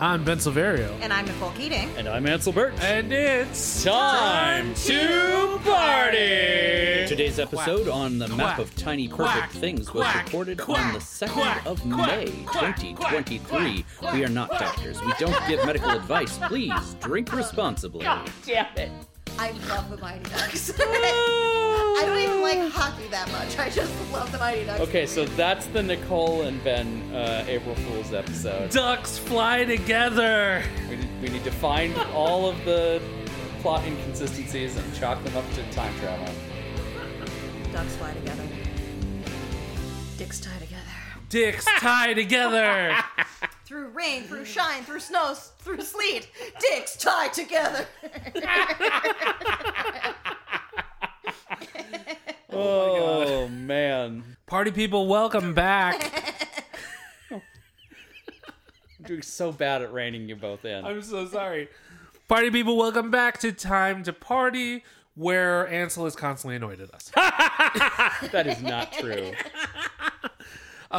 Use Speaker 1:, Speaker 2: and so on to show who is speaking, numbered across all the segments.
Speaker 1: I'm Ben Silverio.
Speaker 2: And I'm Nicole Keating.
Speaker 3: And I'm Ansel Birch.
Speaker 1: And it's
Speaker 3: Time to party! Today's episode
Speaker 1: Quack,
Speaker 3: on the
Speaker 1: quack,
Speaker 3: map of tiny perfect
Speaker 1: quack,
Speaker 3: things was
Speaker 1: quack,
Speaker 3: recorded
Speaker 1: quack,
Speaker 3: on the 2nd
Speaker 1: quack,
Speaker 3: of
Speaker 1: quack,
Speaker 3: May
Speaker 1: quack,
Speaker 3: 2023.
Speaker 1: quack, quack,
Speaker 3: we are not
Speaker 1: quack.
Speaker 3: doctors. We don't give medical advice. Please drink responsibly.
Speaker 4: Damn it.
Speaker 2: I love the Mighty Ducks. I don't even like hockey that much. I just love the Mighty Ducks.
Speaker 4: Okay, so that's the Nicole and Ben uh, April Fool's episode.
Speaker 1: Ducks fly together.
Speaker 4: We need, we need to find all of the plot inconsistencies and chalk them up to time travel.
Speaker 2: Ducks fly together. Dicks tie together.
Speaker 1: Dicks tie together.
Speaker 2: Through rain, through shine, through snow, s- through sleet, dicks tie together.
Speaker 4: Oh, man.
Speaker 1: Party people, welcome back.
Speaker 4: I'm doing so bad at reining you both in.
Speaker 1: I'm so sorry. Party people, welcome back to Time to Party, where Ansel is constantly annoyed at us.
Speaker 4: That is not true.
Speaker 2: if he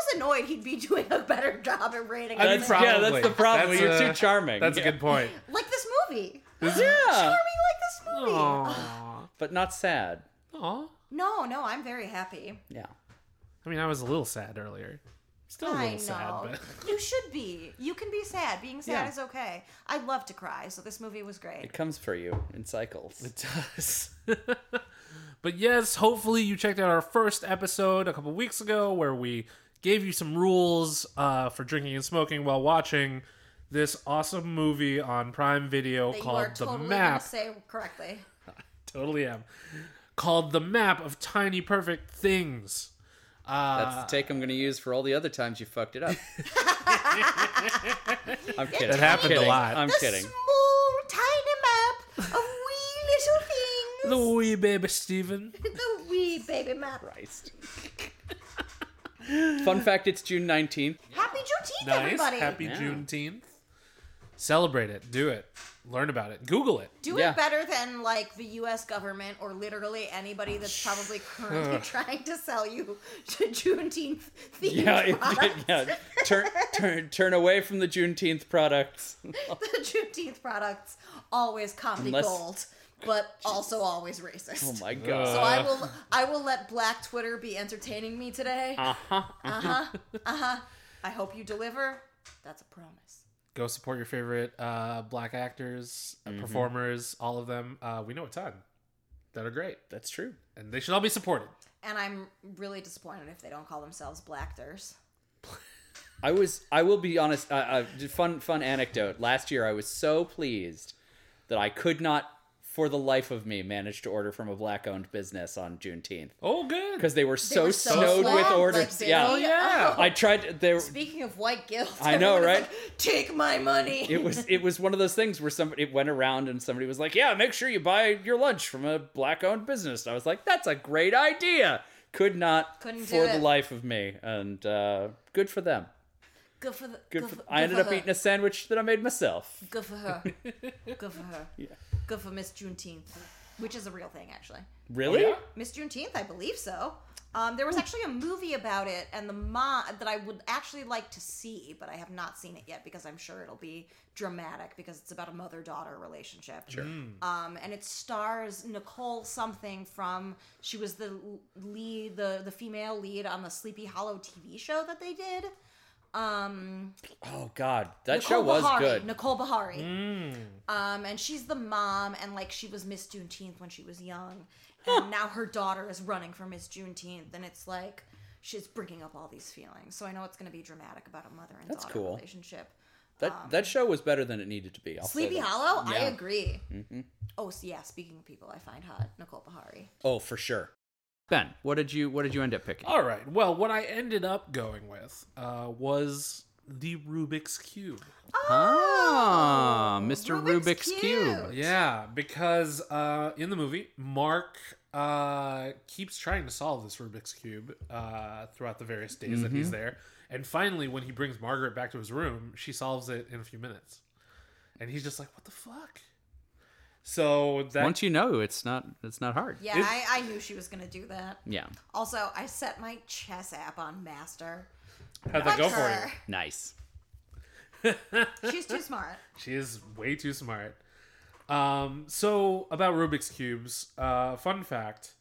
Speaker 2: was annoyed, he'd be doing a better job at rating.
Speaker 1: Um, I mean,
Speaker 2: it.
Speaker 1: probably.
Speaker 4: yeah, that's the problem.
Speaker 1: That's
Speaker 4: You're
Speaker 1: a-
Speaker 4: too charming.
Speaker 1: That's
Speaker 4: Yeah.
Speaker 1: a good point.
Speaker 2: like this movie.
Speaker 4: Yeah,
Speaker 2: Charming like this movie. Uh,
Speaker 1: Aww.
Speaker 4: but not sad.
Speaker 1: Aww.
Speaker 2: No, no, I'm very happy.
Speaker 4: Yeah.
Speaker 1: I mean, I was a little sad earlier. Still a
Speaker 2: I
Speaker 1: little
Speaker 2: know.
Speaker 1: sad, but
Speaker 2: You should be. You can be sad. Being sad
Speaker 4: Yeah.
Speaker 2: is okay. I love to cry, so this movie was great.
Speaker 4: It comes for you in cycles.
Speaker 1: does. but yes, hopefully you checked out our first episode a couple weeks ago where we gave you some rules uh, for drinking and smoking while watching this awesome movie on Prime Video
Speaker 2: that you
Speaker 1: called
Speaker 2: are
Speaker 1: The
Speaker 2: totally gonna
Speaker 1: Map.
Speaker 2: say correctly.
Speaker 1: Totally am. Called The Map of Tiny Perfect Things.
Speaker 4: That's the take I'm going to use for all the other times you fucked it up. I'm kidding.
Speaker 1: That happened a
Speaker 4: I'm kidding.
Speaker 1: lot.
Speaker 4: I'm
Speaker 2: the
Speaker 4: kidding.
Speaker 2: small, tiny map of wee little things.
Speaker 1: The wee baby Steven.
Speaker 2: the wee baby map.
Speaker 4: Christ. Fun fact: It's June 19th.
Speaker 2: Happy Juneteenth,
Speaker 1: Nice.
Speaker 2: everybody.
Speaker 1: Happy
Speaker 4: Yeah.
Speaker 1: Juneteenth. Celebrate it. Do it. Learn about it. Google it.
Speaker 2: Do
Speaker 4: Yeah.
Speaker 2: it better than like the U.S. government or literally anybody that's probably currently trying to sell you Juneteenth themed
Speaker 4: Yeah, it-
Speaker 2: products.
Speaker 4: yeah. Turn, turn, turn away from the Juneteenth products.
Speaker 2: the Juneteenth products always comedy
Speaker 4: Unless-
Speaker 2: gold, but also always racist.
Speaker 4: Oh my god.
Speaker 2: So I will I will let Black Twitter be entertaining me today. Uh huh. Uh
Speaker 4: Uh-huh,
Speaker 2: huh. Uh huh. I hope you deliver. That's a promise.
Speaker 1: go support your favorite uh, black actors, uh performers, all of them. Uh, we know a ton that are great,
Speaker 4: That's true.
Speaker 1: and they should all be supported.
Speaker 2: And I'm really disappointed if they don't call themselves Blackters.
Speaker 4: I was. I will be honest. Uh, uh, just fun, fun anecdote. Last year, I was so pleased that I could not, for the life of me, manage to order from a black-owned business on Juneteenth
Speaker 1: Oh, good.
Speaker 4: because they were so
Speaker 2: were so
Speaker 4: snowed
Speaker 2: swamped,
Speaker 4: with
Speaker 2: like,
Speaker 4: orders.
Speaker 2: they-
Speaker 4: yeah.
Speaker 2: Oh, yeah.
Speaker 4: I tried. There.
Speaker 2: Speaking of white guilt,
Speaker 4: I know,
Speaker 2: everyone is
Speaker 4: right?
Speaker 2: like, Take my money.
Speaker 4: It was it was one of those things where somebody it went around and somebody was like, "Yeah, make sure you buy your lunch from a black-owned business." And I was like, "That's a great idea." Could not
Speaker 2: Couldn't do
Speaker 4: for the
Speaker 2: it.
Speaker 4: life of me, and uh, good for them.
Speaker 2: good for the.
Speaker 4: Good. For, I ended up
Speaker 2: her.
Speaker 4: eating a sandwich that I made myself.
Speaker 2: Good for her. good for her. Good for Miss Juneteenth, which is a real thing actually.
Speaker 4: Really?
Speaker 1: yeah?
Speaker 2: Miss Juneteenth, I believe so. Um, there was actually a movie about it, and the mom that I would actually like to see, but I have not seen it yet because I'm sure it'll be dramatic because it's about a mother daughter relationship. Sure. Um, and it stars Nicole something from she was the l- lead the the female lead on the Sleepy Hollow TV show that they did. Um,
Speaker 4: Oh God, that
Speaker 2: Nicole
Speaker 4: show was
Speaker 2: Bahari,
Speaker 4: good.
Speaker 2: Nicole Bahari.
Speaker 1: Mm.
Speaker 2: Um, and she's the mom, and like she was Miss Juneteenth when she was young, and now her daughter is running for Miss Juneteenth, and it's like she's bringing up all these feelings. So I know it's going to be dramatic about a mother and
Speaker 4: That's
Speaker 2: daughter
Speaker 4: cool.
Speaker 2: relationship.
Speaker 4: that that show was better than it needed to be. I'll say
Speaker 2: um, Sleepy
Speaker 4: that.
Speaker 2: Hollow, I
Speaker 4: Yeah. Mm-hmm.
Speaker 2: agree. Oh so yeah, speaking of people I find hot, Nicole Bahari.
Speaker 4: Oh, for sure. Ben, what did you what did you end up
Speaker 2: Oh,
Speaker 4: picking?
Speaker 1: All right. Well, what I ended up going with uh, was the Rubik's cube.
Speaker 4: Ah, Mr.
Speaker 2: Rubik's
Speaker 4: Rubik's,
Speaker 2: Cube.
Speaker 4: Cube.
Speaker 1: Yeah, because uh, in the movie, Mark uh, keeps trying to solve this Rubik's cube uh, throughout the various days that he's there, and finally, when he brings Margaret back to his room, she solves it in a few minutes, and he's just like, "What the fuck?" So that
Speaker 4: Once you know, it's not it's not hard.
Speaker 2: Yeah,
Speaker 1: Is-
Speaker 2: I, I knew she was going to do that.
Speaker 4: Yeah.
Speaker 2: Also, I set my chess app on master.
Speaker 1: how'd that go for you?
Speaker 2: Fuck her.
Speaker 4: Nice.
Speaker 2: She's too smart.
Speaker 1: She is way too smart. Um, so about Rubik's cubes, uh, fun fact: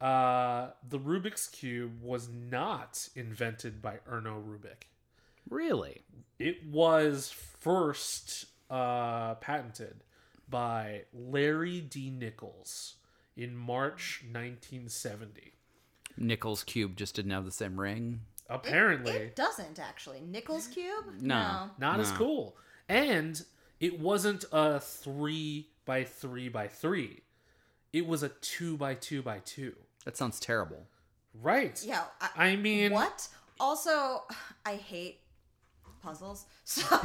Speaker 1: uh, the Rubik's cube was not invented by Erno Rubik.
Speaker 4: Really?
Speaker 1: It was first uh, patented by Larry D. Nichols in March 1970.
Speaker 4: Nichols Cube just didn't have the same ring.
Speaker 1: Apparently,
Speaker 2: It doesn't actually. Nichols Cube?
Speaker 4: No.
Speaker 1: not as cool. And it wasn't a three by three by three. It was a two by two by two.
Speaker 4: That sounds terrible.
Speaker 1: Right.
Speaker 2: Yeah. I,
Speaker 1: I mean,
Speaker 2: What? Also, I hate puzzles. So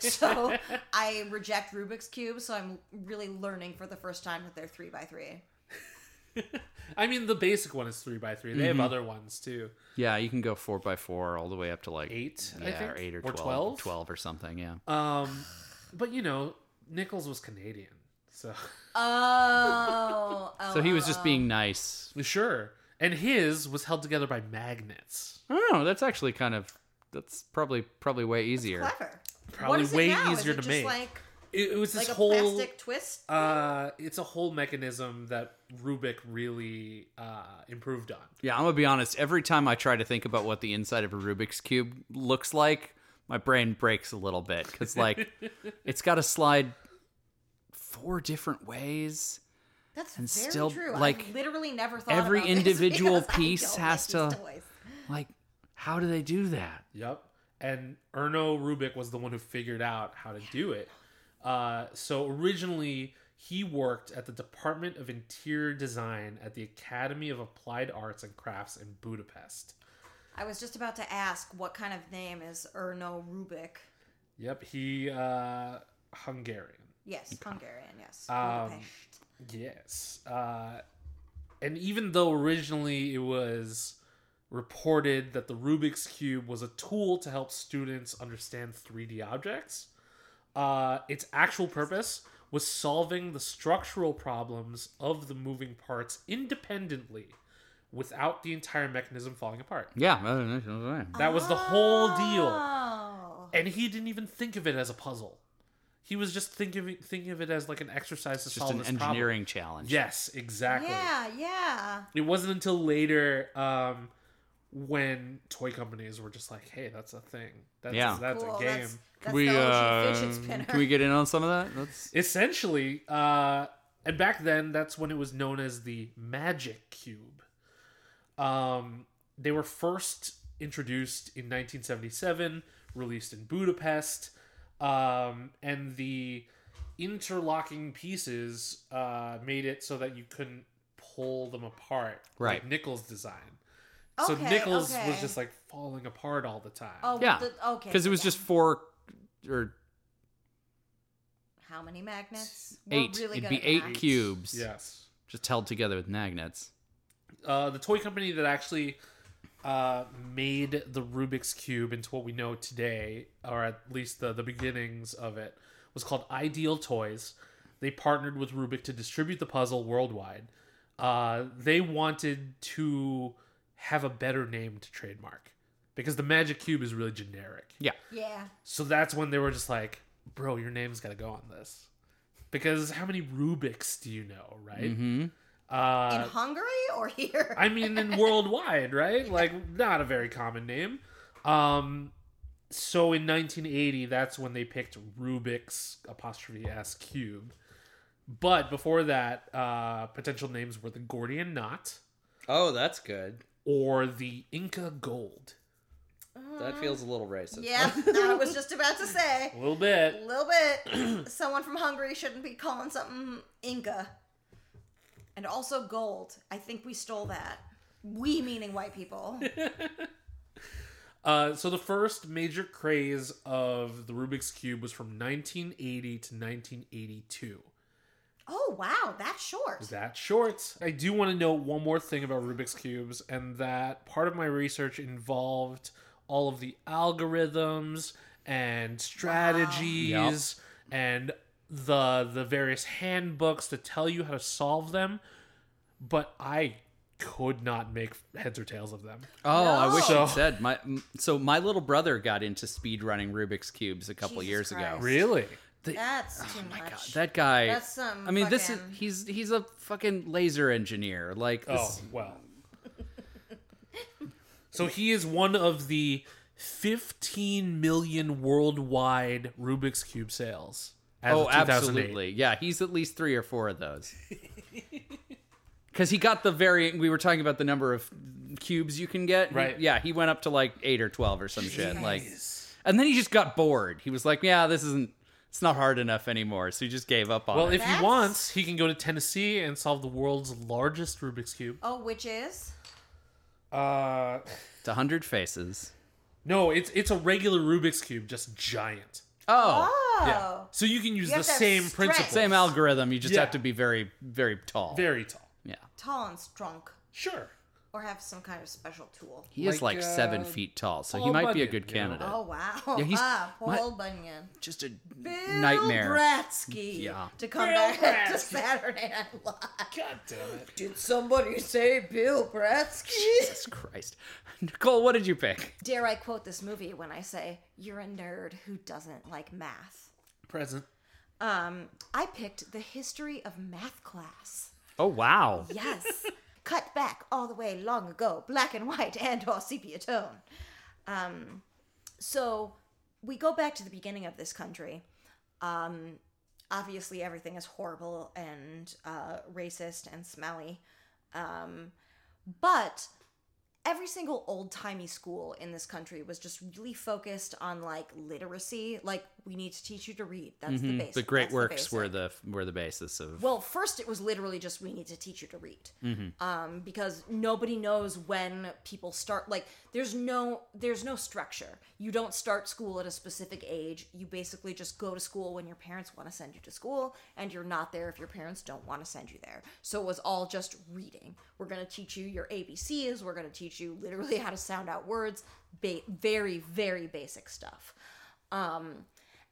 Speaker 2: so I reject Rubik's Cube, so I'm really learning for the first time that they're three by three.
Speaker 1: I mean, the basic one is three by three. They have other ones too.
Speaker 4: Yeah, you can go four by four all the way up to like
Speaker 1: Eight, I
Speaker 4: yeah, or
Speaker 1: think,
Speaker 4: eight or,
Speaker 1: or
Speaker 4: 12,
Speaker 1: 12?
Speaker 4: 12 or something. Yeah,
Speaker 1: Um, but you know, Nichols was Canadian, so
Speaker 2: Oh,
Speaker 4: so he was
Speaker 2: oh,
Speaker 4: just
Speaker 2: oh.
Speaker 4: being nice.
Speaker 1: sure. And his was held together by magnets.
Speaker 4: Oh, that's actually kind of that's probably probably way easier.
Speaker 2: oh, clever.
Speaker 1: Probably way easier
Speaker 2: Is it
Speaker 1: to
Speaker 2: just
Speaker 1: make.
Speaker 2: Like
Speaker 1: It, it was this
Speaker 2: like a
Speaker 1: whole.
Speaker 2: plastic twist.
Speaker 1: uh, it's a whole mechanism that Rubik really uh, improved on.
Speaker 4: Yeah, I'm gonna be honest. Every time I try to think about what the inside of a Rubik's cube looks like, my brain breaks a little bit because like it's got to slide four different ways.
Speaker 2: That's
Speaker 4: and
Speaker 2: very
Speaker 4: still,
Speaker 2: true.
Speaker 4: like,
Speaker 2: I literally never thought
Speaker 4: every
Speaker 2: about this
Speaker 4: individual
Speaker 2: because I
Speaker 4: piece
Speaker 2: don't
Speaker 4: has
Speaker 2: make
Speaker 4: to-
Speaker 2: these toys.
Speaker 4: Like, how do they do that?
Speaker 1: Yep. And Erno Rubik was the one who figured out how to do it. Uh, so originally, he worked at the Department of Interior Design at the Academy of Applied Arts and Crafts in Budapest.
Speaker 2: I was just about to ask what kind of name is Erno Rubik.
Speaker 1: Yep, he uh, Hungarian.
Speaker 2: Yes, Hungarian. Yes.
Speaker 1: Um,
Speaker 2: Budapest.
Speaker 1: Yes. Uh, and even though originally it was reported that the Rubik's Cube was a tool to help students understand 3D objects, uh, its actual purpose was solving the structural problems of the moving parts independently without the entire mechanism falling apart.
Speaker 4: Yeah, I don't know.
Speaker 1: That was the whole deal.
Speaker 2: Oh.
Speaker 1: And he didn't even think of it as a puzzle. He was just thinking thinking of it as like an exercise to
Speaker 4: It's
Speaker 1: solve
Speaker 4: just an
Speaker 1: this problem.
Speaker 4: engineering challenge.
Speaker 1: Yes, exactly.
Speaker 2: Yeah, yeah.
Speaker 1: It wasn't until later um, when toy companies were just like, "Hey, that's a thing. That's
Speaker 4: Yeah.
Speaker 1: that's
Speaker 2: cool.
Speaker 1: a game."
Speaker 2: That's, that's
Speaker 4: we
Speaker 2: the OG
Speaker 4: uh,
Speaker 2: fidget spinner.
Speaker 4: can we get in on some of that? That's
Speaker 1: Essentially, uh, and back then, that's when it was known as the Magic Cube. Um, they were first introduced in 1977, released in Budapest, um, and the interlocking pieces uh, made it so that you couldn't pull them apart.
Speaker 4: Right.
Speaker 1: like Nichols' design. so
Speaker 2: Okay,
Speaker 1: Nichols was
Speaker 2: okay.
Speaker 1: just like falling apart all the time.
Speaker 2: Oh,
Speaker 4: Yeah,
Speaker 2: the- okay.
Speaker 4: because it was
Speaker 2: yeah.
Speaker 4: just four or
Speaker 2: how many magnets? We're
Speaker 4: eight.
Speaker 2: really
Speaker 4: It'd
Speaker 2: good
Speaker 4: be
Speaker 2: at
Speaker 4: eight
Speaker 2: math.
Speaker 4: cubes,
Speaker 1: yes.
Speaker 4: just held together with magnets.
Speaker 1: uh, the toy company that actually uh, made the Rubik's Cube into what we know today, or at least the, the beginnings of it, was called Ideal Toys. They partnered with Rubik to distribute the puzzle worldwide. Uh, they wanted to have a better name to trademark because the Magic Cube is really generic.
Speaker 4: Yeah,
Speaker 2: Yeah.
Speaker 1: So that's when they were just like, bro, your name's got to go on this. Because how many Rubik's do you know, right?
Speaker 4: Mm-hmm.
Speaker 1: Uh,
Speaker 2: In Hungary or here?
Speaker 1: I mean, in worldwide, right? Like, not a very common name. Um, so in 1980, that's when they picked Rubik's apostrophe s cube. But before that, uh, potential names were the Gordian knot
Speaker 4: Oh, that's good.
Speaker 1: or the Inca gold.
Speaker 2: Uh-huh.
Speaker 4: That feels a little racist.
Speaker 2: yeah, I was just about to say.
Speaker 1: A little bit.
Speaker 2: A little bit. Someone from Hungary shouldn't be calling something Inca. And also gold. I think we stole that. We meaning white people.
Speaker 1: Uh, so the first major craze of the Rubik's cube was from 1980 to 1982.
Speaker 2: Oh wow, that's short.
Speaker 1: That short. I do want to note one more thing about Rubik's Cubes, and that part of my research involved all of the algorithms and strategies and the the various handbooks to tell you how to solve them. But I could not make heads or tails of them.
Speaker 4: Oh, I wish
Speaker 1: No.
Speaker 4: I'd said my. m- So my little brother got into speed running Rubik's cubes a couple
Speaker 2: Jesus
Speaker 4: years ago.
Speaker 2: Christ.
Speaker 1: Really?
Speaker 4: The-
Speaker 2: That's too
Speaker 4: Oh my
Speaker 2: much.
Speaker 4: God, that guy.
Speaker 2: That's some
Speaker 4: I mean, this is
Speaker 2: fucking-
Speaker 4: he's he's a fucking laser engineer. Like this,
Speaker 1: Oh, well. so he is one of the 15 million worldwide Rubik's Cube sales. as of
Speaker 4: Oh,
Speaker 1: 2008.
Speaker 4: absolutely. Yeah, he's at least three or four of those. Because he got the very. We were talking about the number of cubes you can get. He-
Speaker 1: Right.
Speaker 4: yeah, he went up to like eight or twelve or some shit. Like,
Speaker 1: Jeez.
Speaker 4: and then he just got bored. He was like, "Yeah, this isn't. It's not hard enough anymore." So he just gave up on
Speaker 1: Well,
Speaker 4: it.
Speaker 1: if
Speaker 2: That's-
Speaker 1: he wants, he can go to Tennessee and solve the world's largest Rubik's Cube.
Speaker 2: Oh, which is?
Speaker 1: Uh,
Speaker 4: It's a hundred faces.
Speaker 1: no, it's it's a regular Rubik's Cube, just giant.
Speaker 4: Oh,
Speaker 2: Oh.
Speaker 1: So you can use
Speaker 2: You
Speaker 1: the
Speaker 2: have to have
Speaker 1: same
Speaker 2: strength.
Speaker 1: principle.
Speaker 4: same algorithm. You just
Speaker 1: Yeah.
Speaker 4: have to be very, very tall.
Speaker 1: Very tall.
Speaker 4: yeah,
Speaker 2: Tall and strong.
Speaker 1: Sure.
Speaker 2: Or have some kind of special tool.
Speaker 4: he is
Speaker 1: Like,
Speaker 4: like seven
Speaker 1: uh,
Speaker 4: feet tall, so he
Speaker 1: Paul
Speaker 4: might be a
Speaker 1: Bunyan,
Speaker 4: good
Speaker 1: you know?
Speaker 4: candidate.
Speaker 2: Oh, wow.
Speaker 4: Uh, he's-
Speaker 2: ah,
Speaker 4: my-
Speaker 2: Paul Bunyan.
Speaker 4: Just a
Speaker 2: Bill
Speaker 4: nightmare.
Speaker 2: Bratsky.
Speaker 4: Yeah.
Speaker 2: To come
Speaker 1: Bill
Speaker 2: back to
Speaker 1: Bratsky.
Speaker 2: Saturday Night Live.
Speaker 1: God damn it.
Speaker 2: Did somebody say Bill Bratsky?
Speaker 4: Jesus Christ, Nicole, what did you pick?
Speaker 2: Dare I quote this movie when I say, You're a nerd who doesn't like math?
Speaker 1: Present.
Speaker 2: Um, I picked The History of Math Class.
Speaker 4: Oh wow.
Speaker 2: Yes. Cut back all the way long ago, black and white and or sepia tone. Um, so we go back to the beginning of this country. Um, obviously, everything is horrible and uh, racist and smelly. Um, but every single old timey school in this country was just really focused on like literacy. Like, we need to teach you to read. That's the basic.
Speaker 4: Mm-hmm. the great
Speaker 2: that's
Speaker 4: works
Speaker 2: basic.
Speaker 4: were the were the basis of
Speaker 2: Well, first it was literally just we need to teach you to read, um, because nobody knows when people start. Like, there's no there's no structure. You don't start school at a specific age. You basically just go to school when your parents want to send you to school, and you're not there if your parents don't want to send you there. So it was all just reading. We're gonna teach you your ABCs. We're gonna teach you literally how to sound out words. Ba- very very basic stuff. Um,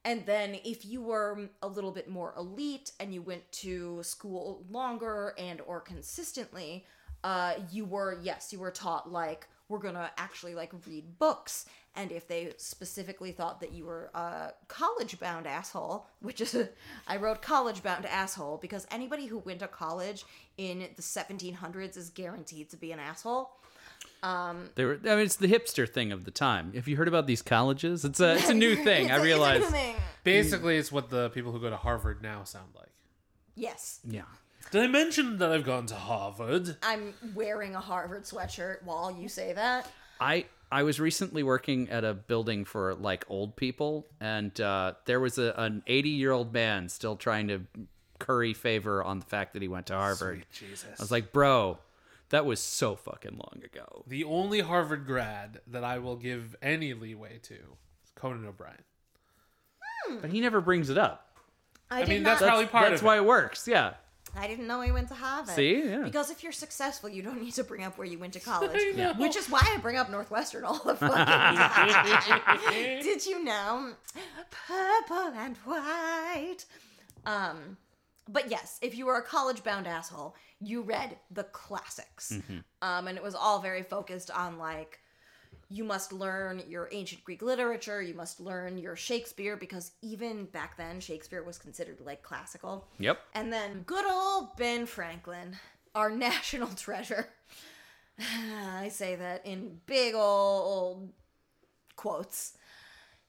Speaker 2: and then if you were a little bit more elite and you went to school longer and or consistently, uh, you were yes, you were taught like we're gonna actually like read books. And if they specifically thought that you were a college bound asshole, which is I wrote college bound asshole because anybody who went to college in the 1700s is guaranteed to be an asshole.
Speaker 4: they were I mean it's the hipster thing of the time. Have you heard about these colleges? It's a it's a new thing. I realize.
Speaker 1: Basically, it's what the people who go to Harvard now sound like.
Speaker 2: Yes.
Speaker 4: Yeah.
Speaker 1: Did I mention that I've gone to Harvard?
Speaker 2: I'm wearing a Harvard sweatshirt while you say that.
Speaker 4: I I was recently working at a building for like old people and uh, there was a, an 80-year-old man still trying to curry favor on the fact that he went to Harvard.
Speaker 1: Jesus.
Speaker 4: I was like, "Bro, that was so fucking long ago."
Speaker 1: The only Harvard grad that I will give any leeway to is Conan O'Brien.
Speaker 4: But he never brings it up.
Speaker 2: I,
Speaker 1: I
Speaker 2: did
Speaker 1: mean,
Speaker 2: not.
Speaker 1: that's probably Hmm. part
Speaker 4: That's
Speaker 1: of
Speaker 4: why
Speaker 1: it.
Speaker 4: it works. Yeah.
Speaker 2: I didn't know he went to Harvard.
Speaker 4: See? Yeah.
Speaker 2: Because if you're successful, you don't need to bring up where you went to college.
Speaker 1: I know.
Speaker 2: Which is why I bring up Northwestern all the fucking time. Did you know? Purple and white. Um, but yes, if you were a college-bound asshole, you read the classics, um, and it was all very focused on like you must learn your ancient Greek literature, you must learn your Shakespeare because even back then Shakespeare was considered like classical.
Speaker 4: Yep.
Speaker 2: And then good old Ben Franklin, our national treasure. I say that in big old quotes.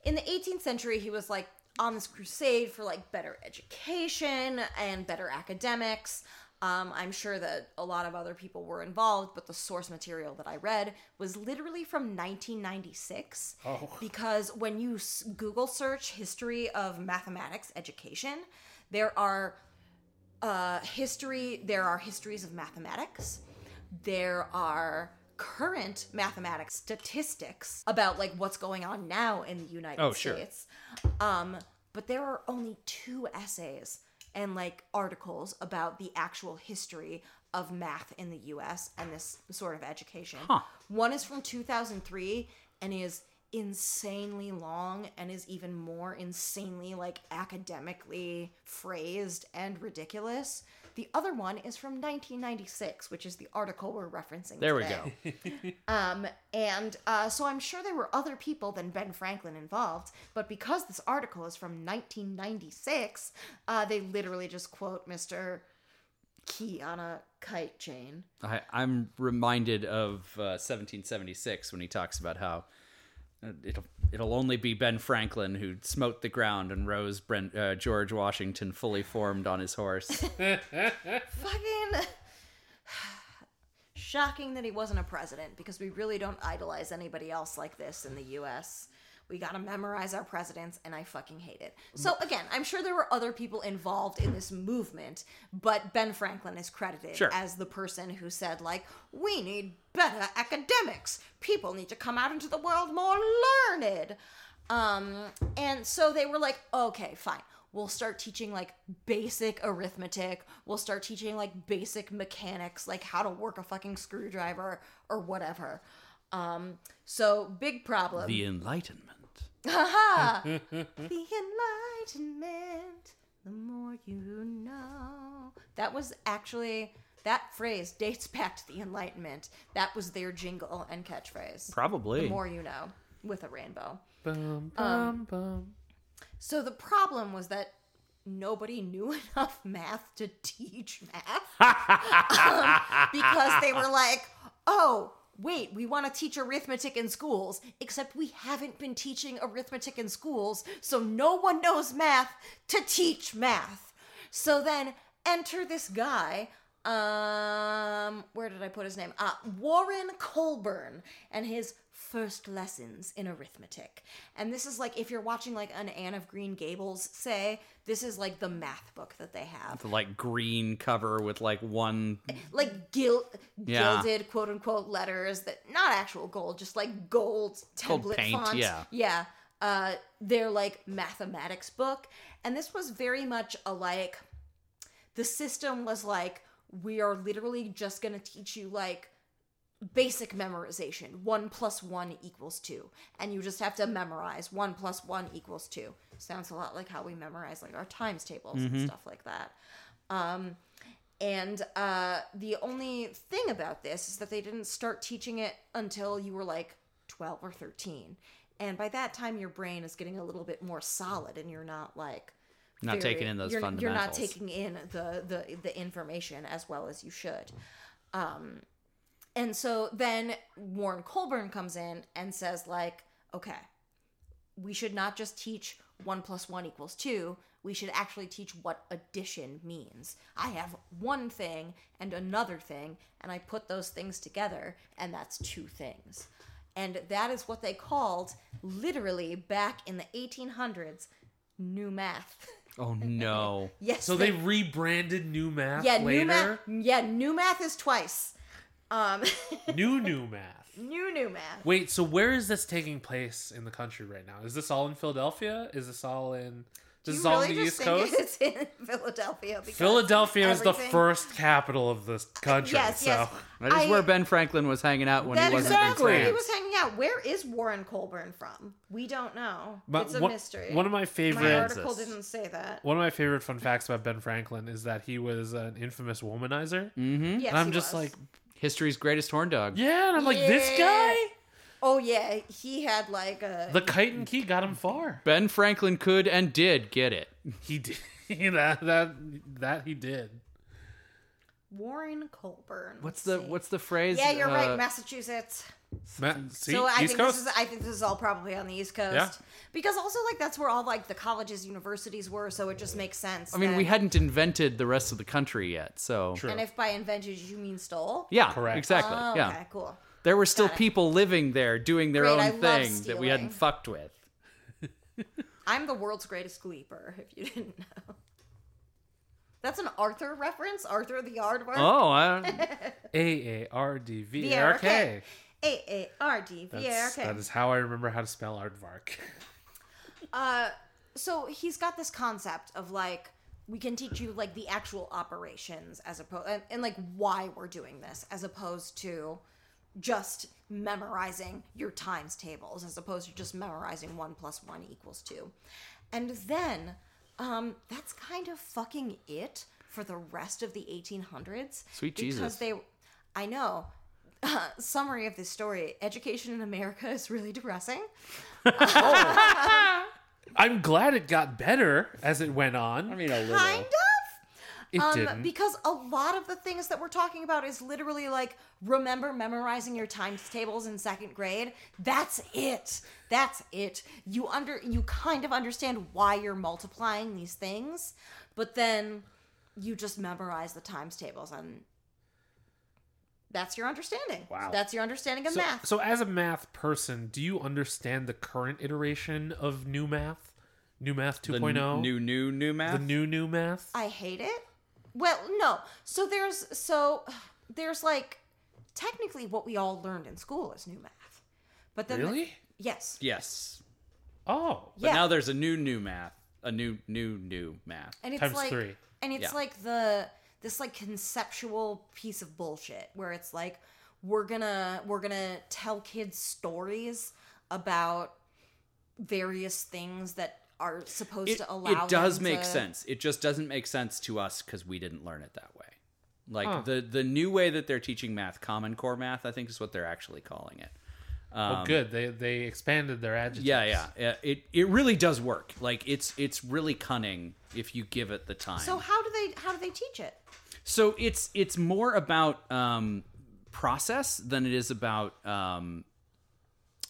Speaker 2: In the 18th century, he was like on this crusade for like better education and better academics. Um, I'm sure that a lot of other people were involved, but the source material that I read was literally from 1996.
Speaker 1: Oh.
Speaker 2: Because when you s- Google search history of mathematics education, there are uh, history there are histories of mathematics there are current mathematics statistics about like what's going on now in the united
Speaker 4: Oh, sure.
Speaker 2: states um but there are only two essays and like articles about the actual history of math in the us and this sort of education one is from 2003 and is insanely long and is even more insanely like academically phrased and ridiculous The other one is from 1996, which is the article we're referencing.
Speaker 5: There we
Speaker 2: today.
Speaker 5: go.
Speaker 2: Um, and uh, so I'm sure there were other people than Ben Franklin involved, but because this article is from 1996, uh, they literally just quote Mr. Key on a kite chain.
Speaker 4: I, I'm reminded of uh, 1776 when he talks about how uh, it'll it'll only be Ben Franklin who smote the ground and rose Brent, uh, George Washington fully formed on his horse.
Speaker 2: Fucking shocking that he wasn't a president because we really don't idolize anybody else like this in the U.S. We gotta memorize our presidents, and I fucking hate it. So again, I'm sure there were other people involved in this movement, but Ben Franklin is credited
Speaker 4: Sure.
Speaker 2: as the person who said, like, we need better academics. People need to come out into the world more learned. Um, and so they were like, okay, fine. We'll start teaching like basic arithmetic. We'll start teaching like basic mechanics, like how to work a fucking screwdriver or whatever. Um, so big problem.
Speaker 4: the
Speaker 1: Mm.
Speaker 4: Enlightenment.
Speaker 2: Aha! the enlightenment, the more you know. That was actually that phrase dates back to the enlightenment. That was their jingle and catchphrase.
Speaker 4: Probably.
Speaker 2: The more you know with a rainbow. Um,
Speaker 1: Bum, bum, bum.
Speaker 2: So the problem was that nobody knew enough math to teach math Um, because they were like, oh, wait, we want to teach arithmetic in schools, except we haven't been teaching arithmetic in schools, so no one knows math to teach math. So then enter this guy. Um, where did I put his name? Uh, Warren Colburn and his first lessons in arithmetic. And this is like if you're watching like an Anne of Green Gables, say, this is like the math book that they have.
Speaker 4: The like green cover with like one
Speaker 2: Like gil-
Speaker 4: Yeah.
Speaker 2: gilded quote unquote letters that not actual gold, just like gold
Speaker 4: Gold
Speaker 2: template
Speaker 4: paint,
Speaker 2: font.
Speaker 4: yeah.
Speaker 2: Yeah. Uh, their like mathematics book. And this was very much a like the system was like we are literally just going to teach you like basic memorization one plus one equals two and you just have to memorize one plus one equals two sounds a lot like how we memorize like our times tables
Speaker 4: Mm-hmm.
Speaker 2: and stuff like that um and uh the only thing about this is that they didn't start teaching it until you were like 12 or 13 and by that time your brain is getting a little bit more solid and you're not like
Speaker 4: Not
Speaker 2: very-
Speaker 4: taking in those
Speaker 2: you're, You're not
Speaker 4: fundamentals.
Speaker 2: taking in the the the information as well as you should. Um, and so then Warren Colburn comes in and says like, okay, we should not just teach one plus one equals two. We should actually teach what addition means. I have one thing and another thing, and I put those things together, and that's two things. And that is what they called, literally back in the 1800s, new math.
Speaker 4: oh no.
Speaker 2: Yes.
Speaker 1: So they rebranded New Math
Speaker 2: yeah new math
Speaker 1: later.
Speaker 2: yeah new math is twice. Um,
Speaker 1: New New Math.
Speaker 2: new new math.
Speaker 1: Wait, so where is this taking place in the country right now? Is this all in Philadelphia? Is this all in? This
Speaker 2: You
Speaker 1: is all in
Speaker 2: really
Speaker 1: the
Speaker 2: just
Speaker 1: East
Speaker 2: think
Speaker 1: Coast.
Speaker 2: It's in Philadelphia. because
Speaker 1: Philadelphia is the
Speaker 2: everything-
Speaker 1: first capital of this country.
Speaker 2: Yes,
Speaker 1: so
Speaker 2: yes.
Speaker 4: That is
Speaker 2: I-
Speaker 4: where Ben Franklin was hanging out when he
Speaker 2: That is
Speaker 4: wasn't
Speaker 1: exactly-
Speaker 4: in
Speaker 2: where he
Speaker 4: France.
Speaker 2: was hanging out. Where is Warren Colburn from? We don't know.
Speaker 1: My-
Speaker 2: it's a
Speaker 1: one,
Speaker 2: mystery.
Speaker 1: One of my favorite.
Speaker 2: my article
Speaker 4: Kansas.
Speaker 2: didn't say that.
Speaker 1: one of my favorite fun facts about Ben Franklin is that he was an infamous womanizer.
Speaker 2: Yes,
Speaker 1: and Hmm? I'm
Speaker 2: he
Speaker 1: just
Speaker 2: was.
Speaker 1: like,
Speaker 4: History's greatest horn dog.
Speaker 1: yeah, and I'm like, this guy,
Speaker 2: Yeah. oh yeah, he had like a
Speaker 1: the kite and key got him far.
Speaker 4: Ben Franklin could and did get it.
Speaker 1: He did that that that he did.
Speaker 2: Warren Colburn.
Speaker 4: What's
Speaker 2: Let's
Speaker 4: the
Speaker 2: see.
Speaker 4: what's the phrase?
Speaker 2: Yeah, you're
Speaker 4: Uh,
Speaker 2: right, Massachusetts.
Speaker 1: Ma- see,
Speaker 2: so I
Speaker 1: East
Speaker 2: think
Speaker 1: Coast.
Speaker 2: this is I think this is all probably on the East Coast.
Speaker 1: Yeah.
Speaker 2: Because also like that's where all like the colleges, universities were, so it just makes sense.
Speaker 4: I mean,
Speaker 2: that-
Speaker 4: we hadn't invented the rest of the country yet, so
Speaker 1: True.
Speaker 2: and if by invented you mean stole.
Speaker 4: yeah,
Speaker 1: Correct.
Speaker 4: exactly.
Speaker 2: Oh,
Speaker 4: yeah,
Speaker 2: okay, cool.
Speaker 4: there were still
Speaker 2: Got it.
Speaker 4: people living there doing their
Speaker 2: Great, I love
Speaker 4: own thing that we
Speaker 2: stealing.
Speaker 4: hadn't fucked with.
Speaker 2: I'm the world's greatest gleeper, if you didn't know. That's an Arthur reference, Arthur the Aardvark.
Speaker 4: Oh, I,
Speaker 1: A A R D V A R K.
Speaker 2: V-A-R-K. A A R D V A R
Speaker 1: That's-
Speaker 2: K.
Speaker 1: That is how I remember how to spell aardvark.
Speaker 2: Uh, so he's got this concept of like we can teach you like the actual operations as opposed and, and like why we're doing this as opposed to just memorizing your times tables as opposed to just memorizing one plus one equals two and then um that's kind of fucking it for the rest of the 1800s.
Speaker 5: Sweet Jesus.
Speaker 2: Because they, I know. summary of this story: Education in America is really depressing.
Speaker 1: I'm glad it got better as it went on.
Speaker 4: I mean, a little.
Speaker 2: Kind of.
Speaker 1: it
Speaker 2: Um,
Speaker 1: didn't.
Speaker 2: Because a lot of the things that we're talking about is literally like remember memorizing your times tables in second grade. That's it. That's it. You under you kind of understand why you're multiplying these things, but then you just memorize the times tables and that's your understanding.
Speaker 4: Wow.
Speaker 2: That's your understanding of
Speaker 1: so,
Speaker 2: math.
Speaker 1: so as a math person, do you understand the current iteration of new math? New math 2.0?
Speaker 4: The n- new, new, new math.
Speaker 1: oh? the new new math?
Speaker 2: I hate it. Well, no. So there's so there's like technically what we all learned in school is new math. But then
Speaker 1: really?
Speaker 2: yes.
Speaker 4: Yes,
Speaker 1: Oh.
Speaker 4: but
Speaker 2: yeah.
Speaker 4: now there's a new, new math. A new, new, new math.
Speaker 2: and it's
Speaker 1: Times
Speaker 2: like
Speaker 1: three.
Speaker 2: and it's
Speaker 4: Yeah.
Speaker 2: like the this like conceptual piece of bullshit where it's like we're gonna we're gonna tell kids stories about various things that are supposed
Speaker 4: It,
Speaker 2: to allow
Speaker 4: it does
Speaker 2: them
Speaker 4: make
Speaker 2: to-
Speaker 4: sense. It just doesn't make sense to us because we didn't learn it that way. Like
Speaker 1: Huh.
Speaker 4: the the new way that they're teaching math, Common Core math, I think is what they're actually calling it.
Speaker 1: well, good. They they expanded their adjectives.
Speaker 4: Um, Yeah, yeah, yeah. It it really does work. Like it's it's really cunning if you give it the time.
Speaker 2: so how do they how do they teach it
Speaker 4: So it's it's more about um, process than it is about um,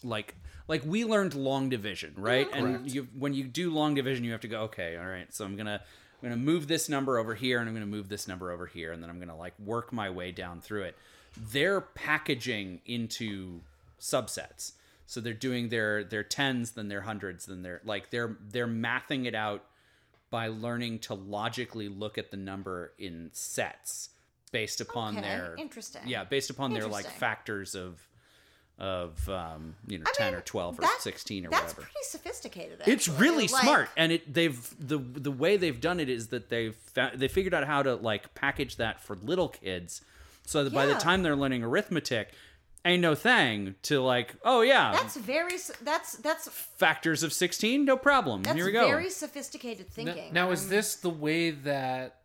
Speaker 4: like like we learned long division, right? And you when you do long division, you have to go okay, all right. So I'm gonna I'm gonna move this number over here, and I'm gonna move this number over here, and then I'm gonna like work my way down through it. They're packaging into subsets. So they're doing their their tens, then their hundreds, then their like they're they're mathing it out by learning to logically look at the number in sets based upon
Speaker 2: Okay,
Speaker 4: their
Speaker 2: interesting.
Speaker 4: yeah based upon their like
Speaker 2: Interesting.
Speaker 4: factors of of um you know 10
Speaker 2: mean,
Speaker 4: or 12 or
Speaker 2: that-
Speaker 4: 16 or
Speaker 2: that's
Speaker 4: whatever
Speaker 2: pretty sophisticated
Speaker 4: it's
Speaker 2: actually.
Speaker 4: really
Speaker 2: Like,
Speaker 4: smart and it they've the the way they've done it is that they've fa- they figured out how to like package that for little kids so that by the
Speaker 2: Yeah.
Speaker 4: time they're learning arithmetic ain't no thing to like oh yeah
Speaker 2: that's very s- that's that's
Speaker 4: factors of 16 no problem
Speaker 2: that's
Speaker 4: here we go
Speaker 2: very sophisticated
Speaker 1: Now,
Speaker 2: thinking
Speaker 1: now is
Speaker 2: Um,
Speaker 1: this the way that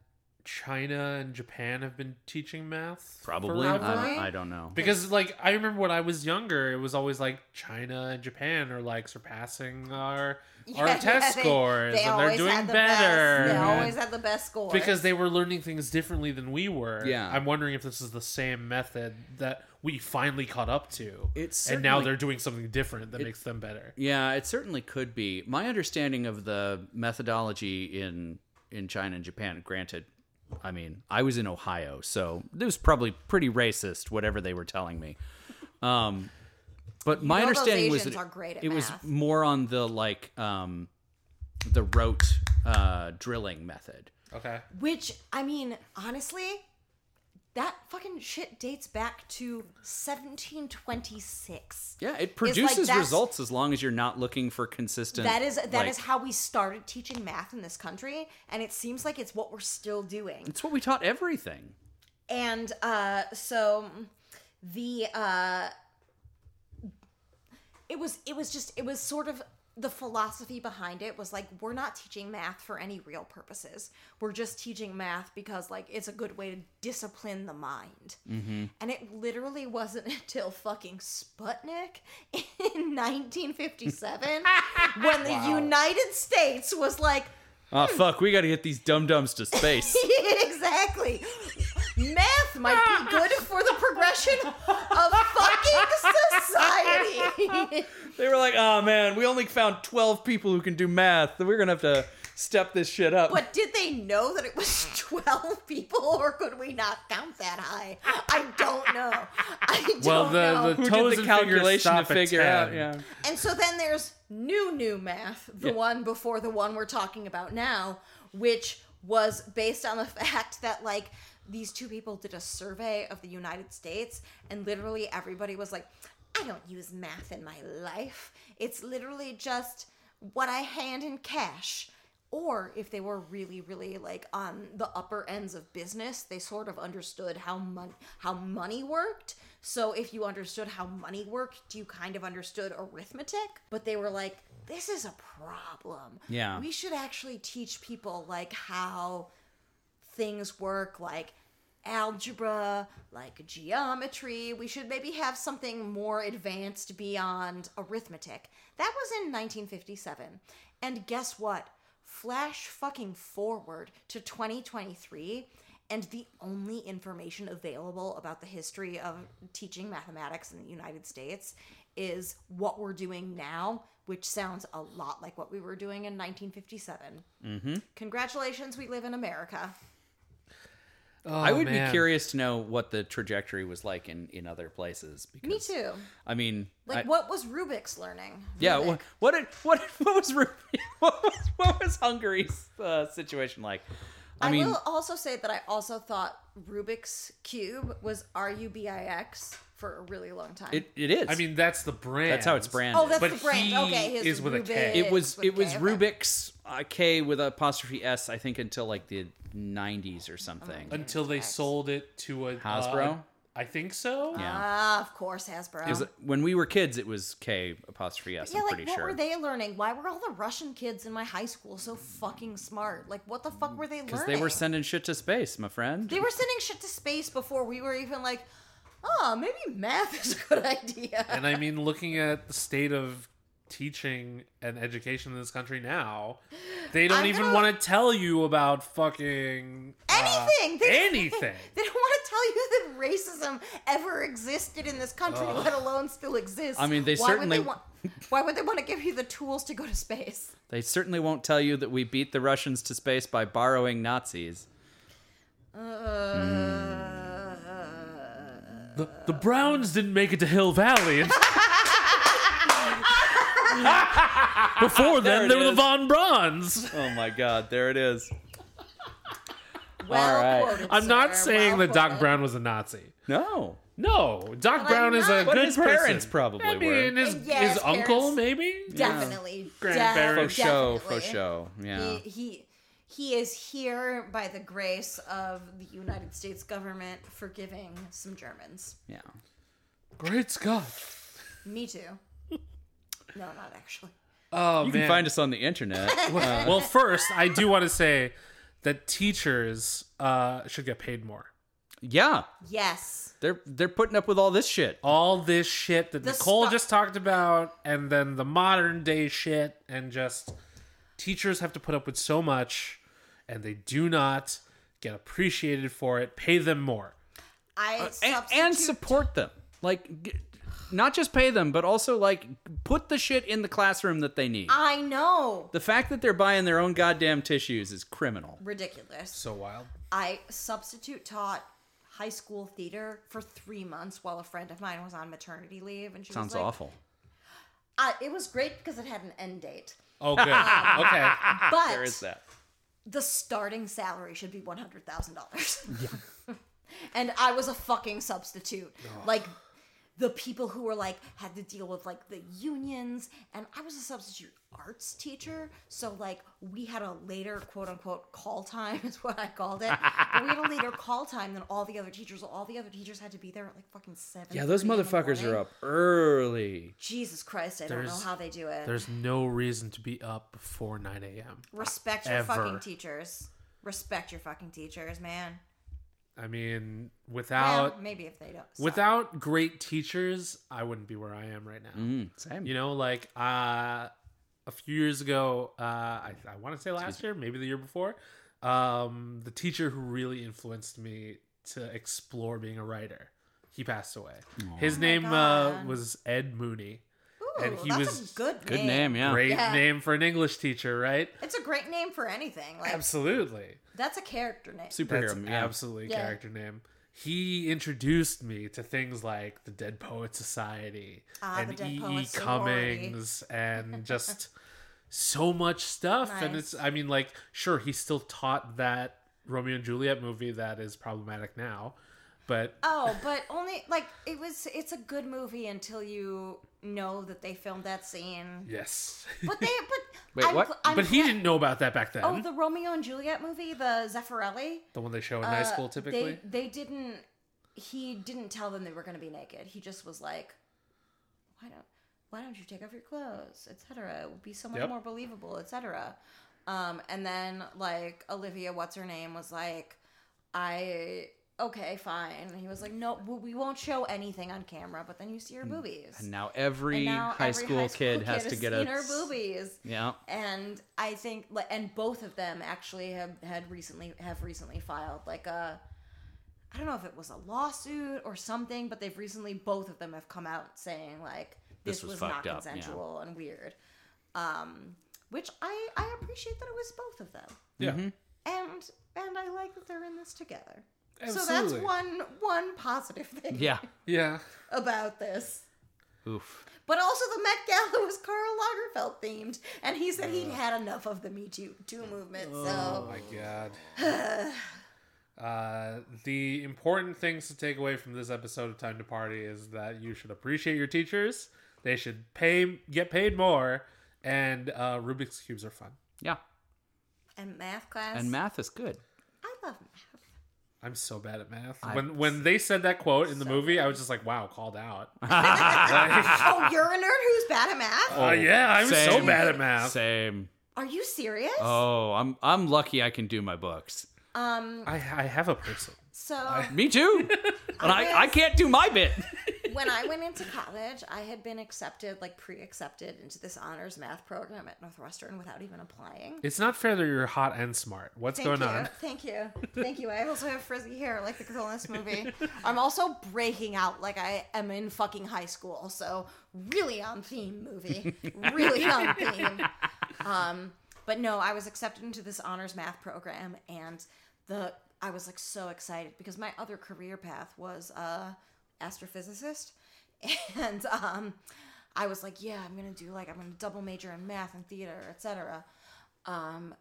Speaker 1: China and Japan have been teaching math?
Speaker 4: probably
Speaker 1: forever?
Speaker 4: I, I don't know
Speaker 1: because like I remember when I was younger, it was always like China and Japan are like surpassing our our
Speaker 2: yeah,
Speaker 1: test
Speaker 2: yeah, they-
Speaker 1: scores,
Speaker 2: they
Speaker 1: and they're
Speaker 2: always
Speaker 1: doing
Speaker 2: had the best-
Speaker 1: better.
Speaker 2: they
Speaker 1: and-
Speaker 2: always had the best score
Speaker 1: because they were learning things differently than we were.
Speaker 4: Yeah.
Speaker 1: I'm wondering if this is the same method that we finally caught up to.
Speaker 4: It's
Speaker 1: and now
Speaker 4: certainly-
Speaker 1: they're doing something different that makes them better.
Speaker 4: Yeah, it certainly could be. My understanding of the methodology in in China and Japan, granted, I mean, I was in Ohio, so it was probably pretty racist whatever they were telling me. Um but my
Speaker 2: know those
Speaker 4: understanding was that
Speaker 2: Asians
Speaker 4: it,
Speaker 2: are great at
Speaker 4: it was
Speaker 2: math.
Speaker 4: more on the like um the rote uh drilling method.
Speaker 1: Okay.
Speaker 2: Which, I mean, honestly, that fucking shit dates back to 1726.
Speaker 4: Yeah, it
Speaker 2: like
Speaker 4: produces
Speaker 2: that's-
Speaker 4: results as long as you're not looking for consistent
Speaker 2: That is that is
Speaker 4: like-
Speaker 2: how we started teaching math in this country, and it seems like it's what we're still doing.
Speaker 4: it's what we taught everything.
Speaker 2: And uh, so the uh, it was it was just it was sort of the philosophy behind it was like we're not teaching math for any real purposes. We're just teaching math because like it's a good way to discipline the mind. And it literally wasn't until fucking Sputnik in 1957 when the United States was like
Speaker 4: Oh fuck, we got to get these dum dums to space.
Speaker 2: exactly. Math might be good for the progression of fucking society.
Speaker 4: They were like, "Oh man, we only found twelve people who can do math. We're gonna have to step this shit up."
Speaker 2: but did they know that it was 12 people or could we not count that high? I don't know. I don't
Speaker 1: Well, the,
Speaker 2: know.
Speaker 1: the
Speaker 4: Who
Speaker 1: toes
Speaker 4: did the
Speaker 1: and fingers
Speaker 4: calculation to
Speaker 1: stop
Speaker 4: figure
Speaker 1: at
Speaker 4: out?
Speaker 1: 10.
Speaker 4: Yeah.
Speaker 2: And so then there's new, new math, the
Speaker 4: Yeah.
Speaker 2: one before the one we're talking about now, which was based on the fact that, like, these two people did a survey of the United States, and literally everybody was like, I don't use math in my life. It's literally just what I hand in cash. Or if they were really, really like on the upper ends of business, they sort of understood how mon- how money worked. So if you understood how money worked, you kind of understood arithmetic. But they were like, "This is a problem.
Speaker 4: Yeah.
Speaker 2: we should actually teach people like how things work, like algebra, like geometry. We should maybe have something more advanced beyond arithmetic. That was in 1957. And guess what? Flash fucking forward to 2023, and the only information available about the history of teaching mathematics in the United States is what we're doing now, which sounds a lot like what we were doing in 1957. Congratulations, we live in America.
Speaker 1: Oh,
Speaker 4: I would be curious to know what the trajectory was like in, in other places. Because,
Speaker 2: Me too.
Speaker 4: I mean,
Speaker 2: Like,
Speaker 4: I-
Speaker 2: what was Rubik's learning?
Speaker 4: yeah.
Speaker 2: Rubik.
Speaker 4: What what did- what what was Ru- what was what was Hungary's uh, situation like? I,
Speaker 2: I,
Speaker 4: mean,
Speaker 2: will also say that I also thought Rubik's Cube was R U B I X for a really long time.
Speaker 4: it, it is.
Speaker 1: I mean, that's the brand.
Speaker 4: that's how it's branded.
Speaker 2: oh, that's
Speaker 1: but
Speaker 2: the brand.
Speaker 1: he
Speaker 2: Okay, his
Speaker 1: is with a K.
Speaker 2: Rubik
Speaker 4: it was
Speaker 2: with
Speaker 4: it was
Speaker 2: K, okay.
Speaker 4: Rubik's uh, K with apostrophe S. I think until like the '90s or something.
Speaker 2: Oh,
Speaker 1: Until they sold it to a uh,
Speaker 4: Hasbro?
Speaker 1: I think so.
Speaker 4: Yeah.
Speaker 2: Ah, of course, Hasbro.
Speaker 4: It was- when we were kids, it was K apostrophe S.
Speaker 2: yeah,
Speaker 4: am
Speaker 2: like
Speaker 4: pretty
Speaker 2: what
Speaker 4: sure.
Speaker 2: were they learning? Why were all the Russian kids in my high school so fucking smart? Like, what the fuck were they learning?
Speaker 4: Because Mm, they were sending shit to space, my friend.
Speaker 2: They were sending shit to space before we were even like, oh, maybe math is a good idea.
Speaker 1: and I mean, looking at the state of teaching and education in this country now, they don't
Speaker 2: I'm
Speaker 1: even
Speaker 2: gonna-
Speaker 1: want to tell you about fucking uh,
Speaker 2: anything. They-
Speaker 1: anything.
Speaker 2: They don't want to tell you that racism ever existed in this country, let alone still exists.
Speaker 4: I mean, they
Speaker 2: why
Speaker 4: certainly-
Speaker 2: Would they want, why would they want to give you the tools to go to space?
Speaker 4: They certainly won't tell you that we beat the Russians to space by borrowing Nazis.
Speaker 2: Uh,
Speaker 4: Hmm.
Speaker 1: The, the Browns didn't make it to Hill Valley. Before
Speaker 4: There
Speaker 1: then,
Speaker 4: it
Speaker 1: they were the
Speaker 4: is.
Speaker 1: Von Brauns.
Speaker 4: Oh my God, there it is.
Speaker 2: Well
Speaker 4: right.
Speaker 2: quoted,
Speaker 1: I'm not
Speaker 2: sir.
Speaker 1: saying
Speaker 2: Well
Speaker 1: that Doc
Speaker 2: quoted.
Speaker 1: Brown was a Nazi.
Speaker 4: No,
Speaker 1: No, Doc
Speaker 2: But
Speaker 1: Brown
Speaker 2: I'm
Speaker 1: is a good
Speaker 2: not-
Speaker 4: But his
Speaker 1: person.
Speaker 4: parents probably
Speaker 1: I mean,
Speaker 4: were.
Speaker 1: his,
Speaker 2: Yeah,
Speaker 1: his
Speaker 2: his
Speaker 1: uncle
Speaker 2: parents-
Speaker 1: maybe.
Speaker 2: Definitely.
Speaker 1: Grandparents.
Speaker 4: for
Speaker 2: def-
Speaker 4: show, for
Speaker 2: definitely.
Speaker 4: show. Yeah,
Speaker 2: He, he he is here by the grace of the United States government forgiving some Germans.
Speaker 4: yeah.
Speaker 2: Oh,
Speaker 1: Great Scott!
Speaker 2: Me too. No, not actually.
Speaker 1: Oh
Speaker 4: You
Speaker 1: man.
Speaker 4: can find us on the internet.
Speaker 1: well, well, first, I do want to say that teachers uh, should get paid more.
Speaker 4: yeah,
Speaker 2: Yes.
Speaker 4: they're they're putting up with all this shit.
Speaker 1: All this shit that
Speaker 2: The
Speaker 1: Nicole
Speaker 2: stu-
Speaker 1: just talked about, and then the modern day shit, and just teachers have to put up with so much, and they do not get appreciated for it. Pay them more.
Speaker 2: I
Speaker 4: and, Uh, and
Speaker 2: substitute-
Speaker 4: support them. Like, g- not just pay them, but also like put the shit in the classroom that they need.
Speaker 2: I know.
Speaker 4: The fact that they're buying their own goddamn tissues is criminal.
Speaker 2: Ridiculous.
Speaker 1: So wild.
Speaker 2: I substitute taught high school theater for three months while a friend of mine was on maternity leave, and she
Speaker 4: Sounds
Speaker 2: was like,
Speaker 4: awful.
Speaker 2: I, it was great because it had an end date,
Speaker 1: Oh, good. okay.
Speaker 2: but
Speaker 4: Ah, There is that.
Speaker 2: the starting salary should be one hundred thousand dollars. and I was a fucking substitute. Like the people who were like had to deal with like the unions, and I was a substitute arts teacher, so like we had a later quote unquote call time is what I called it. but we had a later call time than all the other teachers. All the other teachers had to be there at like fucking seven.
Speaker 4: Yeah, those motherfuckers are up early.
Speaker 2: Jesus Christ, I don't
Speaker 1: There's-
Speaker 2: know how they do it.
Speaker 1: There's no reason to be up before 9 a.m.
Speaker 2: Respect your
Speaker 1: Ever.
Speaker 2: fucking teachers. Respect your fucking teachers, man.
Speaker 1: I mean,
Speaker 2: Well,
Speaker 1: without
Speaker 2: maybe if they don't. suck.
Speaker 1: without great teachers, I wouldn't be where I am right now.
Speaker 4: Mm, same.
Speaker 1: You know, like uh, a few years ago, uh, I, I want to say last year, maybe the year before, um, the teacher who really influenced me to explore being a writer, he passed away. His name uh,
Speaker 2: Oh God.
Speaker 1: was Ed Mooney.
Speaker 2: Ooh,
Speaker 1: and he
Speaker 2: that's
Speaker 1: was
Speaker 2: a good
Speaker 4: Good
Speaker 2: name.
Speaker 4: name, yeah.
Speaker 1: Great
Speaker 2: Yeah.
Speaker 1: name for an English teacher, right?
Speaker 2: It's a great name for anything. Like
Speaker 1: Absolutely.
Speaker 2: that's a character name.
Speaker 1: That's
Speaker 4: Superhero.
Speaker 1: an
Speaker 4: Yeah.
Speaker 1: absolutely
Speaker 2: Yeah.
Speaker 1: character name. He introduced me to things like the Dead Poet Society
Speaker 2: Ah, the
Speaker 1: and
Speaker 2: Dead
Speaker 1: E.E.
Speaker 2: Poet Sorority.
Speaker 1: Cummings and just so much stuff. And it's, I mean, like, sure, he still taught that Romeo and Juliet movie that is problematic now, but
Speaker 2: Oh, but only like it was. It's a good movie until you know that they filmed that scene.
Speaker 1: yes.
Speaker 2: But they. But
Speaker 4: Wait,
Speaker 2: I'm,
Speaker 4: what?
Speaker 2: gl- I'm
Speaker 1: but he
Speaker 2: glad-
Speaker 1: didn't know about that back then.
Speaker 2: Oh, the Romeo and Juliet movie, the Zeffirelli.
Speaker 1: the one they show in high
Speaker 2: uh,
Speaker 1: school typically.
Speaker 2: They they didn't. He didn't tell them they were going to be naked. He just was like, "Why don't Why don't you take off your clothes, etc. It would be so much
Speaker 1: Yep.
Speaker 2: more believable, etc." Um, and then like Olivia, what's her name, was like, I okay, fine. And he was like, no, w- we won't show anything on camera, but then you see her boobies.
Speaker 5: Hmm. And now every
Speaker 2: And now
Speaker 5: high,
Speaker 2: every
Speaker 5: school kid has to
Speaker 2: has
Speaker 5: get
Speaker 2: seen
Speaker 5: a
Speaker 2: her boobies.
Speaker 5: Yeah.
Speaker 2: and I think li- and both of them actually have had recently have recently filed like a I don't know if it was a lawsuit or something, but they've recently both of them have come out saying like this,
Speaker 5: was
Speaker 2: was,
Speaker 5: fucked
Speaker 2: not
Speaker 5: up, yeah.
Speaker 2: consensual and weird. Um, which I I appreciate that it was both of them,
Speaker 1: Yeah.
Speaker 2: and and I like that they're in this together. So
Speaker 1: Absolutely.
Speaker 2: that's one one positive thing
Speaker 5: Yeah.
Speaker 1: Yeah.
Speaker 2: about this.
Speaker 5: Oof.
Speaker 2: But also the Met Gala was Karl Lagerfeld themed, and he said he'd had enough of the Me Too, Too movement.
Speaker 1: Oh
Speaker 2: So
Speaker 1: my god. Uh, the important things to take away from this episode of Time to Party is that you should appreciate your teachers. They should pay, get paid more, and uh, Rubik's cubes are fun.
Speaker 5: Yeah.
Speaker 2: and math class.
Speaker 5: And math is good.
Speaker 2: I love math.
Speaker 1: I'm so bad at math. when when they said that quote in the movie, I was just like, "Wow, called out." Oh
Speaker 2: Oh, you're a nerd who's bad at math?
Speaker 5: Oh.
Speaker 1: uh, yeah, I'm so
Speaker 5: same.
Speaker 1: bad at math.
Speaker 5: Same.
Speaker 2: Are you serious?
Speaker 5: Oh, I'm I'm lucky I can do my books.
Speaker 2: Um.
Speaker 1: I I have a person.
Speaker 2: So
Speaker 5: Me too. And I, I can't do my bit.
Speaker 2: when I went into college, I had been accepted, like pre-accepted, into this honors math program at Northwestern without even applying.
Speaker 1: It's not fair that you're hot and smart. What's
Speaker 2: Thank
Speaker 1: going
Speaker 2: you.
Speaker 1: on?
Speaker 2: Thank you. Thank you. I also have frizzy hair like the girl in this movie. I'm also breaking out like I am in fucking high school. So really on theme movie. Really on theme. Um, but no, I was accepted into this honors math program and the I was like so excited because my other career path was uh astrophysicist and um I was like, yeah, I'm gonna do like I'm gonna double major in math and theater, etc. Um,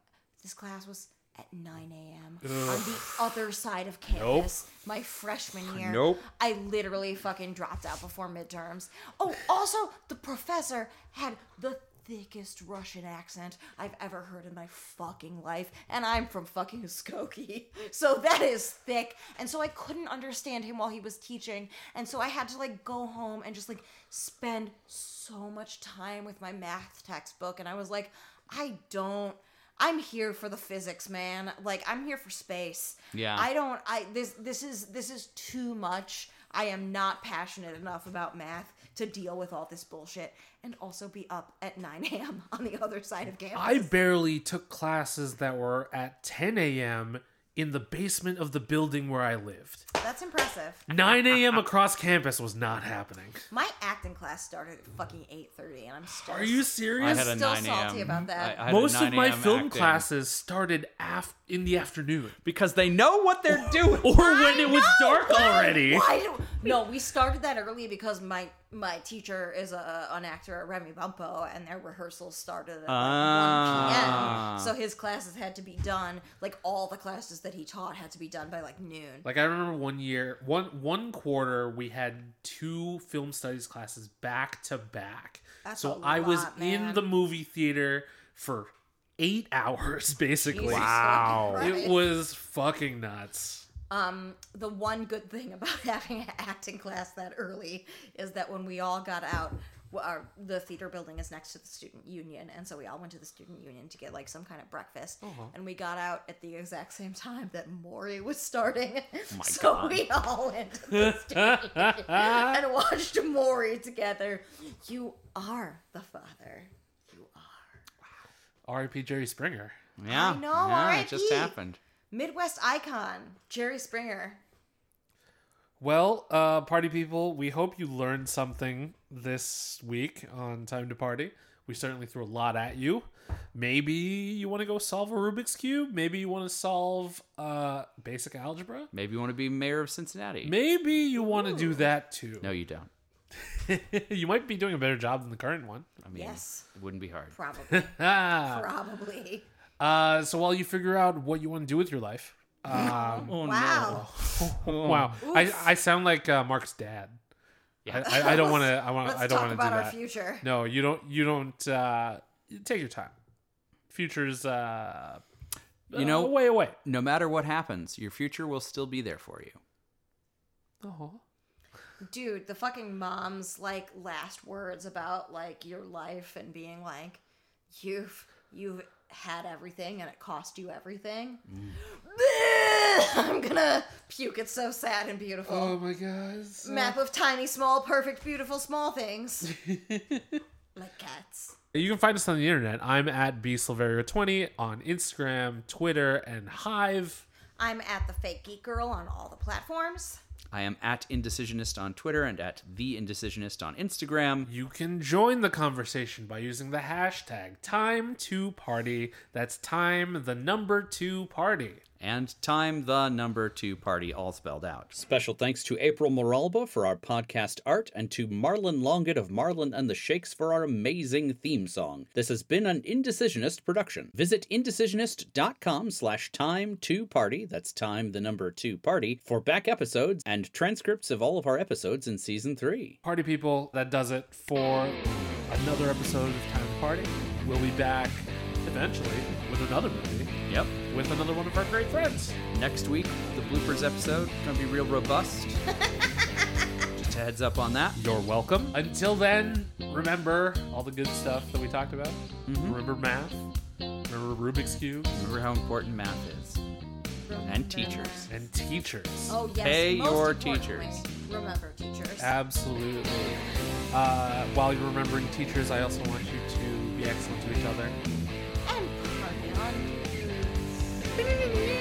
Speaker 2: this class was at 9 a.m. on the other side of campus my freshman year.
Speaker 5: Nope.
Speaker 2: I literally fucking dropped out before midterms. Oh, also, the professor had the thickest Russian accent I've ever heard in my fucking life, and I'm from fucking Skokie. So that is thick. And so I couldn't understand him while he was teaching, and so I had to like go home and just like spend so much time with my math textbook, and I was like, I don't I'm here for the physics, man. Like I'm here for space.
Speaker 5: Yeah.
Speaker 2: I don't I this this is this is too much. I am not passionate enough about math to deal with all this bullshit and also be up at 9 a.m. on the other side of campus.
Speaker 1: I barely took classes that were at 10 a.m. in the basement of the building where I lived.
Speaker 2: That's impressive.
Speaker 1: 9 a.m. across campus was not happening.
Speaker 2: My acting class started at fucking 8:30 and I'm still
Speaker 1: Are you
Speaker 5: I
Speaker 1: serious?
Speaker 5: had a
Speaker 2: Still
Speaker 5: 9 a.m.
Speaker 2: salty about that.
Speaker 5: I- I had a
Speaker 1: Most of
Speaker 5: 9
Speaker 1: my
Speaker 5: a.m.
Speaker 1: film
Speaker 5: acting
Speaker 1: classes started af- in the afternoon.
Speaker 5: because they know what they're doing.
Speaker 1: Or when it was dark already.
Speaker 2: Why do, no, we started that early because my my teacher is a, an actor at Remy Bumpo, and their rehearsals started at
Speaker 5: Ah.
Speaker 2: like 1 p.m. So his classes had to be done, like all the classes that he taught had to be done by like noon.
Speaker 1: Like I remember one year, one one quarter we had two film studies classes back to back.
Speaker 2: That's
Speaker 1: So
Speaker 2: a
Speaker 1: I was
Speaker 2: lot,
Speaker 1: in
Speaker 2: man.
Speaker 1: the movie theater for 8 hours basically.
Speaker 2: Jesus fucking
Speaker 1: It
Speaker 2: Christ.
Speaker 1: was fucking nuts.
Speaker 2: Um, the one good thing about having an acting class that early is that when we all got out, w- our, the theater building is next to the student union, and so we all went to the student union to get like some kind of breakfast, and we got out at the exact same time that Maury was starting. so we all went to the student union and watched Maury together. You are the father. You are
Speaker 1: R.I.P. Jerry Springer.
Speaker 5: Yeah.
Speaker 2: I know,
Speaker 5: Yeah, it just
Speaker 2: RIP.
Speaker 5: happened.
Speaker 2: Midwest icon Jerry Springer.
Speaker 1: Well, uh, party people, we hope you learned something this week on Time to Party. We certainly threw a lot at you. Maybe you want to go solve a Rubik's Cube. Maybe you want to solve uh, basic algebra.
Speaker 5: Maybe you want to be mayor of Cincinnati.
Speaker 1: Maybe you want to do that too.
Speaker 5: No, you don't.
Speaker 1: you might be doing a better job than the current one.
Speaker 5: I mean,
Speaker 2: Yes.
Speaker 5: it wouldn't be hard.
Speaker 2: Probably,
Speaker 1: Ah.
Speaker 2: probably.
Speaker 1: Uh, so while you figure out what you want to do with your life, um,
Speaker 5: Oh,
Speaker 2: wow.
Speaker 1: wow, I, I sound like uh, Mark's dad.
Speaker 5: Yeah.
Speaker 1: I, I, I don't want to. I want.
Speaker 2: Let's
Speaker 1: I don't
Speaker 2: talk
Speaker 1: want to do
Speaker 2: about
Speaker 1: that.
Speaker 2: our future.
Speaker 1: No, you don't. You don't. Uh, you take your time. Future's, uh,
Speaker 5: You know-
Speaker 1: uh, way away.
Speaker 5: No matter what happens, your future will still be there for you.
Speaker 2: Uh-huh.
Speaker 1: Oh,
Speaker 2: Dude, the fucking mom's like last words about like your life and being like, you've you've had everything and it cost you everything.
Speaker 5: Mm.
Speaker 2: I'm gonna puke. It's so sad and beautiful.
Speaker 5: Oh,
Speaker 1: my god. so-
Speaker 2: Map of tiny, small, perfect, beautiful, small things. like cats.
Speaker 1: You can find us on the internet. I'm at bsilverio20 on Instagram, Twitter, and Hive.
Speaker 2: I'm at the fake geek girl on all the platforms.
Speaker 5: I am at Indecisionist on Twitter and at The Indecisionist on Instagram.
Speaker 1: You can join the conversation by using the hashtag time to party. That's time the number two party.
Speaker 5: And time the number two party all spelled out.
Speaker 4: Special thanks to April Moralba for our podcast art and to Marlon Longett of Marlon and the Shakes for our amazing theme song. This has been an Indecisionist production. Visit indecisionist.com slash time to party, that's time the number two party, for back episodes and transcripts of all of our episodes in season three.
Speaker 1: Party people, that does it for another episode of Time to Party. We'll be back eventually with another movie
Speaker 5: Yep.
Speaker 1: with another one of our great friends.
Speaker 5: Next week, the bloopers episode gonna be real robust. Just a heads up on that.
Speaker 1: You're welcome. Until then, remember all the good stuff that we talked about. Remember math. Remember Rubik's Cube
Speaker 5: Remember how important math is. And teachers.
Speaker 1: and teachers.
Speaker 2: Oh yes.
Speaker 5: Pay
Speaker 2: most
Speaker 5: your
Speaker 2: importantly,
Speaker 5: teachers.
Speaker 2: Remember teachers.
Speaker 1: Absolutely. Uh, while you're remembering teachers, I also want you to be excellent to each other.
Speaker 2: and party on.